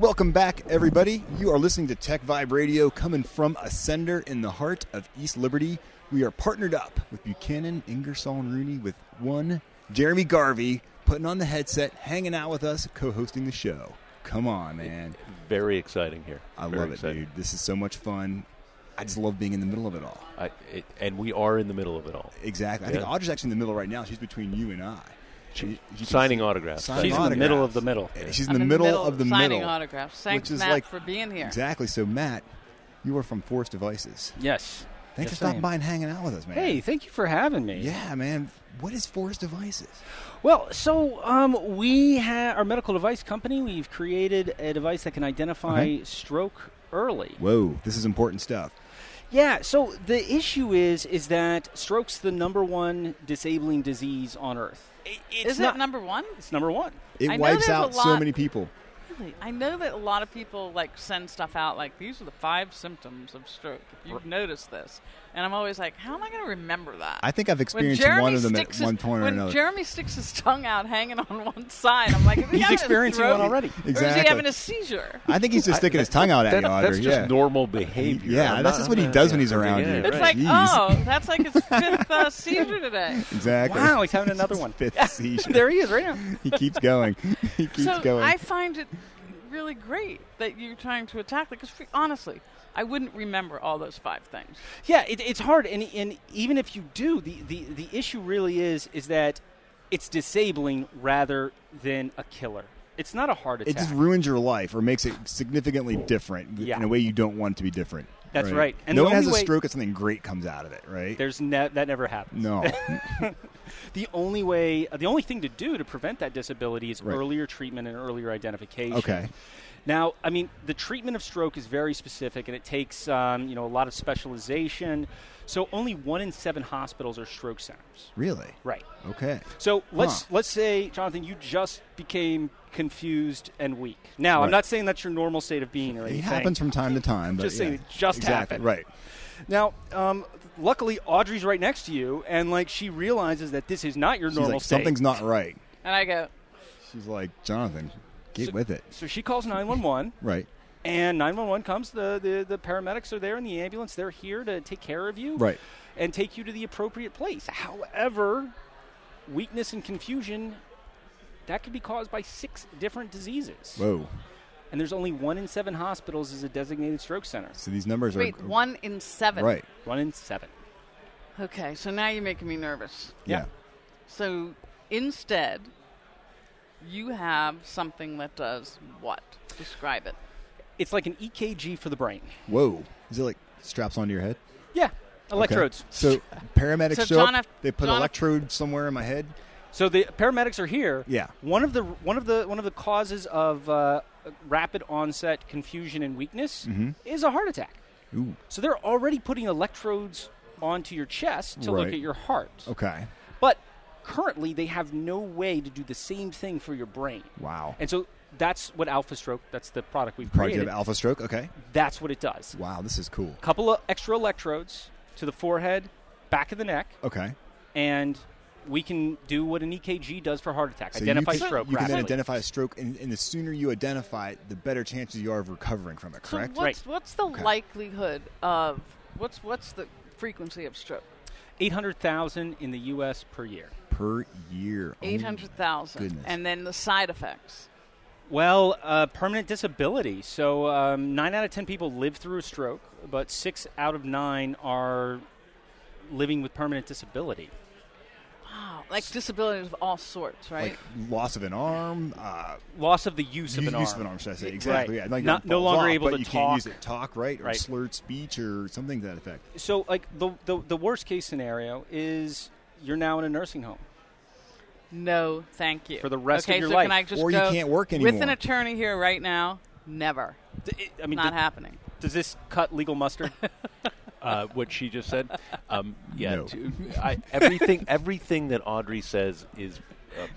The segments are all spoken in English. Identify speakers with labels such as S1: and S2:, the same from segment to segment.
S1: Welcome back, everybody. You are listening to Tech Vibe Radio coming from Ascender in the heart of East Liberty. We are partnered up with Buchanan, Ingersoll, and Rooney with one Jeremy Garvey putting on the headset, hanging out with us, co hosting the show. Come on, man.
S2: Very exciting here.
S1: I
S2: Very
S1: love it,
S2: exciting.
S1: dude. This is so much fun. I just love being in the middle of it all.
S2: I, it, and we are in the middle of it all.
S1: Exactly. I think
S2: Yeah.
S1: Audra's actually in the middle right now. She's between you and I. She, she-
S2: signing autographs.
S1: signing
S3: She's in the middle of the middle.
S1: autographs. She's in
S4: I'm
S1: the middle of the
S4: signing
S1: middle.
S4: autographs. Thanks,
S1: which is
S4: Matt,
S1: like-
S4: for being here.
S1: Exactly. So, Matt, you are from Force Devices.
S3: Yes.
S1: Thanks for
S3: Yes, I
S1: stopping
S3: am.
S1: by and hanging out with us, man.
S3: Hey, thank you for having me.
S1: Yeah, man. What is Force Devices?
S3: Well, so um, we have our medical device company. We've created a device that can identify
S1: Okay.
S3: stroke early.
S1: Whoa, this is important stuff.
S3: Yeah. So the issue is is that stroke's the number one disabling disease on Earth. I- it's
S4: Is
S3: not
S4: it number one?
S3: It's number one.
S1: It
S4: I know
S1: wipes
S4: there's a
S1: out so
S4: lot-
S1: many people.
S4: Really? I know that a lot of people like send stuff out like these are the five symptoms of stroke. If you've noticed this, and I'm always like, how am I going to remember that?
S1: I think I've
S4: when
S1: experienced
S4: Jeremy
S1: one of them at
S4: sticks
S1: one
S4: his,
S1: point or
S4: when
S1: another.
S4: Jeremy sticks his tongue out hanging on one side, I'm like, is he
S3: He's
S4: having a
S3: experiencing
S4: stroke?
S3: one already.
S4: Or is
S1: Exactly.
S4: he having a seizure?
S1: I think he's just sticking his tongue out at
S2: That-
S1: you, Audrey.
S2: that's just
S1: yeah.
S2: normal behavior.
S1: Yeah,
S2: I'm
S1: that's
S2: not-
S1: just what he
S2: I'm
S1: does
S2: not-
S1: when he's around
S2: yeah,
S1: you.
S2: right.
S4: It's like,
S1: Jeez.
S4: oh, that's like his fifth uh, seizure today.
S1: Exactly.
S3: Wow, he's having another one.
S1: Fifth seizure.
S3: There he is right now.
S1: he keeps going. He keeps
S4: so
S1: going.
S4: I find it really great that you're trying to attack it because honestly, I wouldn't remember all those five things.
S3: Yeah, it, it's hard, and, and even if you do, the, the, the issue really is is that it's disabling rather than a killer. It's not a heart
S1: it
S3: attack.
S1: just ruins your life or makes it significantly different
S3: Yeah.
S1: in a way you don't want it to be different.
S3: That's right. And
S1: no
S3: the
S1: one has
S3: only
S1: a
S3: way-
S1: stroke and something great comes out of it, right?
S3: There's ne- that never happens.
S1: no.
S3: The only way, the only thing to do to prevent that disability is
S1: Right.
S3: earlier treatment and earlier identification.
S1: okay.
S3: Now, I mean, the treatment of stroke is very specific, and it takes um, you know a lot of specialization. So only one in seven hospitals are stroke centers.
S1: Really?
S3: Right.
S1: Okay.
S3: So let's
S1: Huh.
S3: let's say, Jonathan, you just became confused and weak. Now,
S1: Right.
S3: I'm not saying that's your normal state of being or
S1: It
S3: anything.
S1: happens from time to time. But
S3: Just saying
S1: yeah.
S3: it just
S1: exactly.
S3: happened.
S1: Right.
S3: Now, um, luckily, Audrey's right next to you, and like she realizes that this is not your
S1: She's
S3: normal
S1: like,
S3: state.
S1: something's not right.
S4: And I go,
S1: She's like, Jonathan, get with it.
S3: so she calls 911,
S1: Right.
S3: and 911 comes. The, the the paramedics are there in the ambulance. They're here to take care of you,
S1: Right.
S3: and take you to the appropriate place. However, weakness and confusion that could be caused by six different diseases.
S1: Whoa.
S3: and there's only one in seven hospitals is a designated stroke center.
S1: So these numbers
S4: wait,
S1: are
S4: one in seven.
S1: uh, right.
S3: One in seven.
S4: Okay, so now you're making me nervous.
S1: Yeah.
S3: Yeah.
S4: So instead, you have something that does what? Describe it.
S3: It's like an EKG for the brain.
S1: Whoa. Is it like straps onto your head?
S3: Yeah, electrodes.
S1: Okay. So paramedics
S4: So
S1: show up,
S4: Jonathan-
S1: They put
S4: Jonathan-
S1: electrode somewhere in my head.
S3: So the paramedics are here.
S1: Yeah.
S3: One of the one of the one of the causes of uh, rapid onset confusion and weakness is a heart attack.
S1: Mm-hmm. Ooh.
S3: So they're already putting electrodes onto your chest to
S1: Right.
S3: look at your heart.
S1: Okay.
S3: But currently they have no way to do the same thing for your brain.
S1: Wow.
S3: And so that's what Alpha Stroke, that's the product we've
S1: Project
S3: created.
S1: Alpha Stroke. Okay.
S3: that's what it does.
S1: Wow. This is cool.
S3: couple of extra electrodes to the forehead, back of the neck,
S1: Okay.
S3: and we can do what an EKG does for heart attack:
S1: So
S3: identify
S1: you can,
S3: stroke.
S1: You can then
S3: rapidly.
S1: identify a stroke, and, and the sooner you identify it, the better chances you are of recovering from it. Correct.
S4: So what's what's the
S1: Okay.
S4: likelihood of what's what's the frequency of stroke?
S3: Eight hundred thousand in the U.S. per year.
S1: Per year. Oh,
S4: Eight hundred thousand,
S1: goodness.
S4: and then the side effects.
S3: Well, uh, permanent disability. So um, nine out of ten people live through a stroke, but six out of nine are living with permanent disability. Oh.
S4: Wow, like disabilities of all sorts, right?
S1: Like loss of an arm. Uh,
S3: Loss of the use of
S1: use
S3: an arm.
S1: of an arm. Should I say exactly?
S3: Right.
S1: Yeah. Like
S3: Not-
S1: it
S3: no
S1: falls
S3: longer
S1: off,
S3: able
S1: but
S3: to
S1: you Can't use
S3: talk.
S1: it. Talk right or
S3: Right.
S1: slurred speech or something to that effect.
S3: So, like the, the the worst case scenario is you're now in a nursing home.
S4: No, thank you.
S3: For the rest of
S4: okay,
S3: your
S4: so
S3: life.
S4: Can I just
S1: Or you
S4: go
S1: can't work
S4: With
S1: anymore.
S4: an attorney here right now, never.
S3: D- I mean,
S4: Not
S3: d-
S4: happening.
S3: does this cut legal mustard?
S2: uh, what she just said. Um, yeah,
S1: No.
S2: to- I, everything everything that Audrey says is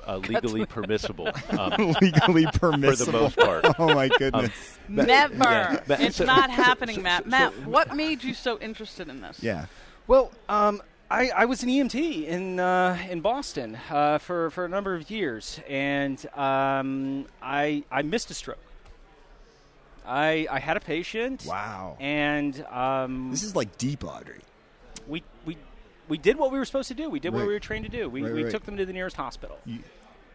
S2: uh, uh, legally permissible um,
S1: legally
S2: for the
S1: permissible.
S2: most part.
S1: oh my goodness.
S4: never.
S2: yeah, that-
S4: it's
S2: so-
S4: not happening, Matt. Matt, what made you so interested in this?
S1: Yeah.
S3: Well, um, I, I was an EMT in uh, in Boston uh, for for a number of years, and um, I I missed a stroke. I I had a patient.
S1: Wow.
S3: And um,
S1: This is like deep, Audrey.
S3: we we we did what we were supposed to do. We did
S1: Right.
S3: what we were trained to do. We
S1: Right,
S3: we
S1: right.
S3: took them to the nearest hospital,
S1: You-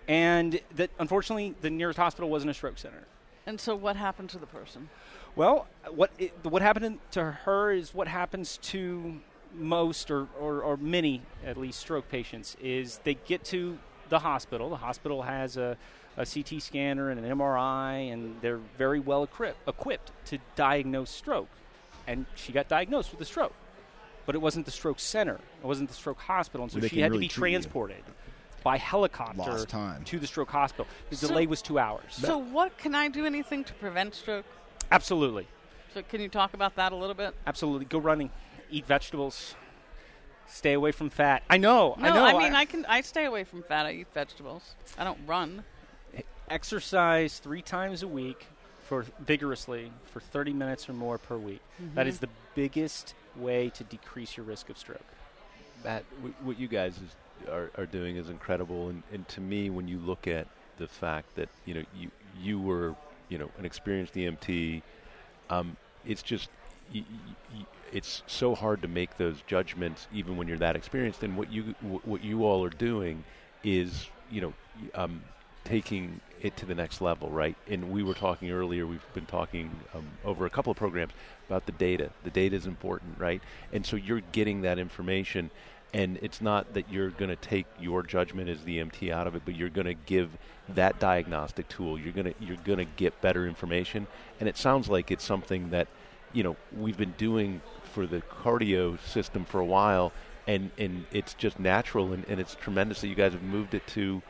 S3: and that unfortunately the nearest hospital wasn't a stroke center.
S4: And so, what happened to the person?
S3: Well, what it, what happened in- to her is what happens to most or, or, or many at least stroke patients is they get to the hospital. The hospital has a, a CT scanner and an MRI, and they're very well equip, equipped to diagnose stroke. And she got diagnosed with a stroke, but it wasn't the stroke center. It wasn't the stroke hospital, and so
S1: They
S3: she
S1: can
S3: had
S1: really
S3: to be
S1: treat you.
S3: transported by helicopter
S1: Lost time.
S3: to the stroke hospital. The
S4: So-
S3: delay was two hours.
S4: So, what can I do anything to prevent stroke?
S3: Absolutely.
S4: So, can you talk about that a little bit?
S3: Absolutely. Go running. Eat vegetables. Stay away from fat. I know.
S4: No,
S3: I know.
S4: mean, I can. I stay away from fat. I eat vegetables. I don't run.
S3: exercise three times a week for vigorously for 30 minutes or more per week.
S4: Mm-hmm.
S3: That is the biggest way to decrease your risk of stroke.
S2: Matt, w- what you guys is, are, are doing is incredible, and, and to me, when you look at the fact that you know you you were you know an experienced E EMT, um, it's just y- y- y- it's so hard to make those judgments even when you're that experienced. And what you wh- what you all are doing is you know y- um, taking it to the next level, right? And we were talking earlier. We've been talking um, over a couple of programs about the data. The data is important, right? And so you're getting that information. And it's not that you're going to take your judgment as the MT out of it, but you're going to give that diagnostic tool. You're going to you're going to get better information. And it sounds like it's something that you know we've been doing for the cardio system for a while, and and it's just natural and, and it's tremendous that you guys have moved it to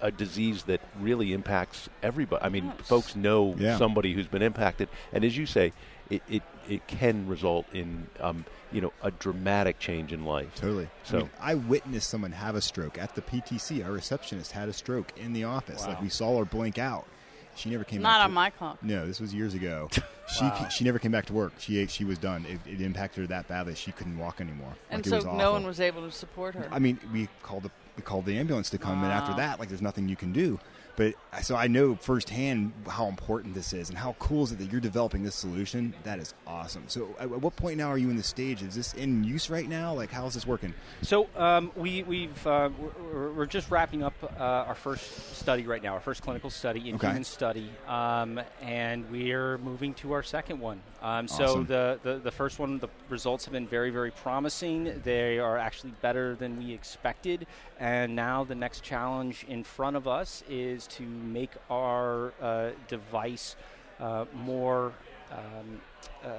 S2: a disease that really impacts everybody. I mean, folks know
S1: Yeah.
S2: somebody who's been impacted, and as you say, it it, it can result in um, you know a dramatic change in life.
S1: Totally.
S2: So-
S1: I, mean, I witnessed someone have a stroke at the PTC. Our receptionist had a stroke in the office. Like we saw her blink out. She never came.
S4: Not
S1: back
S4: on
S1: to-
S4: my clock.
S1: No, this was years ago. She she never came back to work. She she was done. It, it impacted her that badly. She couldn't walk anymore.
S4: And
S1: like, it
S4: so,
S1: was awful.
S4: no one was able to support her.
S1: I mean, we called the we called the ambulance to come, and after that, like, there's nothing you can do. But uh, so I know firsthand how important this is, and how cool is it that you're developing this solution? That is awesome. So, at at what point now are you in the stage? Is this in use right now? Like, how is this working?
S3: So um, we, we've, uh, we're- we're, we're just wrapping up uh, our first study right now, our first clinical study, in
S1: Okay.
S3: human study, um, and we're moving to our second one. Um, so
S1: Awesome.
S3: the, the, the first one, the results have been very, very promising. They are actually better than we expected, and now the next challenge in front of us is to make our uh, device uh, more um, uh, uh,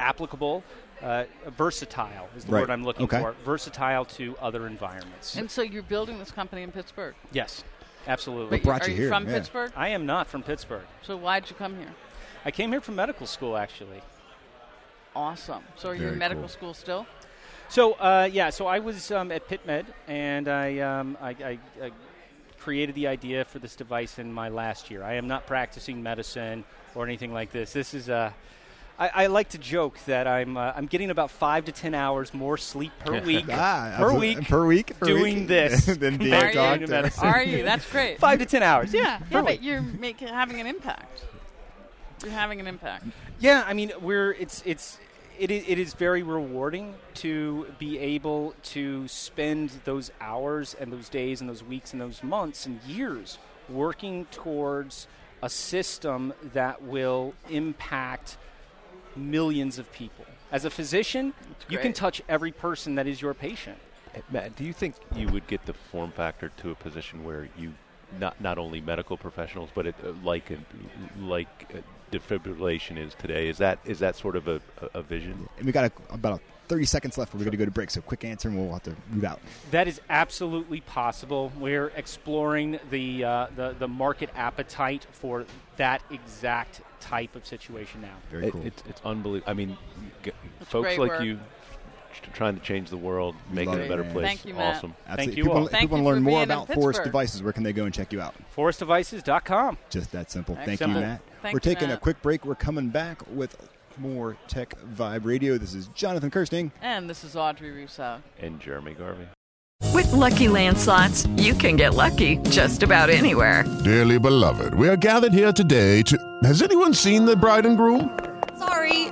S3: applicable. Uh, versatile is the
S1: Right.
S3: word I'm looking
S1: Okay.
S3: for versatile to other environments.
S4: and so, you're building this company in Pittsburgh.
S3: yes, absolutely.
S4: But
S1: brought
S4: are
S1: you here,
S4: from
S1: yeah.
S4: Pittsburgh?
S3: I am not from Pittsburgh.
S4: So, why'd you come here?
S3: I came here from medical school, actually.
S4: Awesome. So, are you
S1: Very
S4: in medical
S1: cool.
S4: school still?
S3: So uh, yeah, so I was um, at PitMed, and I, um, I, I, I created the idea for this device in my last year. I am not practicing medicine or anything like this. This is a I, I like to joke that I'm uh, I'm getting about five to ten hours more sleep per week
S1: Ah,
S3: per
S1: absolutely.
S3: week
S1: per week, per
S3: doing
S1: week.
S3: this
S1: Then being
S3: compared
S1: a
S3: to going
S1: doctor.
S3: to medicine.
S4: Are you? That's great.
S3: five to ten hours.
S4: Yeah,
S3: per
S4: yeah,
S3: week.
S4: but you're making having an impact. You're having an impact.
S3: Yeah, I mean, we're it's it's it is, it is very rewarding to be able to spend those hours and those days and those weeks and those months and years working towards a system that will impact millions of people. As a physician, you can
S4: great.
S3: touch every person that is your patient.
S2: Eh, Matt, do you think you would get the form factor to a position where you not not only medical professionals, but it, uh, like a, like uh defibrillation is today? Is that is that sort of a, a, a vision?
S1: And we got a, about a 30 seconds left. We're going to go to break. So quick answer, and we'll have to move out.
S3: That is absolutely possible. We're exploring the, uh, the the market appetite for that exact type of situation now.
S1: Very
S2: It-
S1: cool.
S2: it's, it's unbelievable. I mean, g-
S4: That's
S2: folks
S4: great
S2: like
S4: work.
S2: you t- trying to change the world, make it
S1: love
S2: a
S1: it,
S2: better
S1: man.
S2: place.
S4: Thank you, Matt.
S2: awesome.
S1: Absolutely.
S3: Thank you
S1: people,
S3: all.
S1: If
S4: Thank
S1: people
S4: you
S1: want to learn
S4: for
S1: more
S4: being in
S1: about Forest
S4: Pittsburgh.
S1: Devices, where can they go and check you out?
S3: Forestdevices.com.
S1: Just that simple. Thank
S3: Excellent.
S1: you, Matt.
S4: Thank
S1: We're
S4: you,
S1: taking a
S4: Matt.
S1: quick break. We're coming back with more Tech Vibe Radio. This is Jonathan Kirsting.
S4: And this is Audrey Rousseau.
S2: And Jeremy Garvey.
S5: With Lucky Land slots, you can get lucky just about anywhere.
S6: Dearly beloved, we are gathered here today to. Has anyone seen the bride and groom?
S7: Sorry,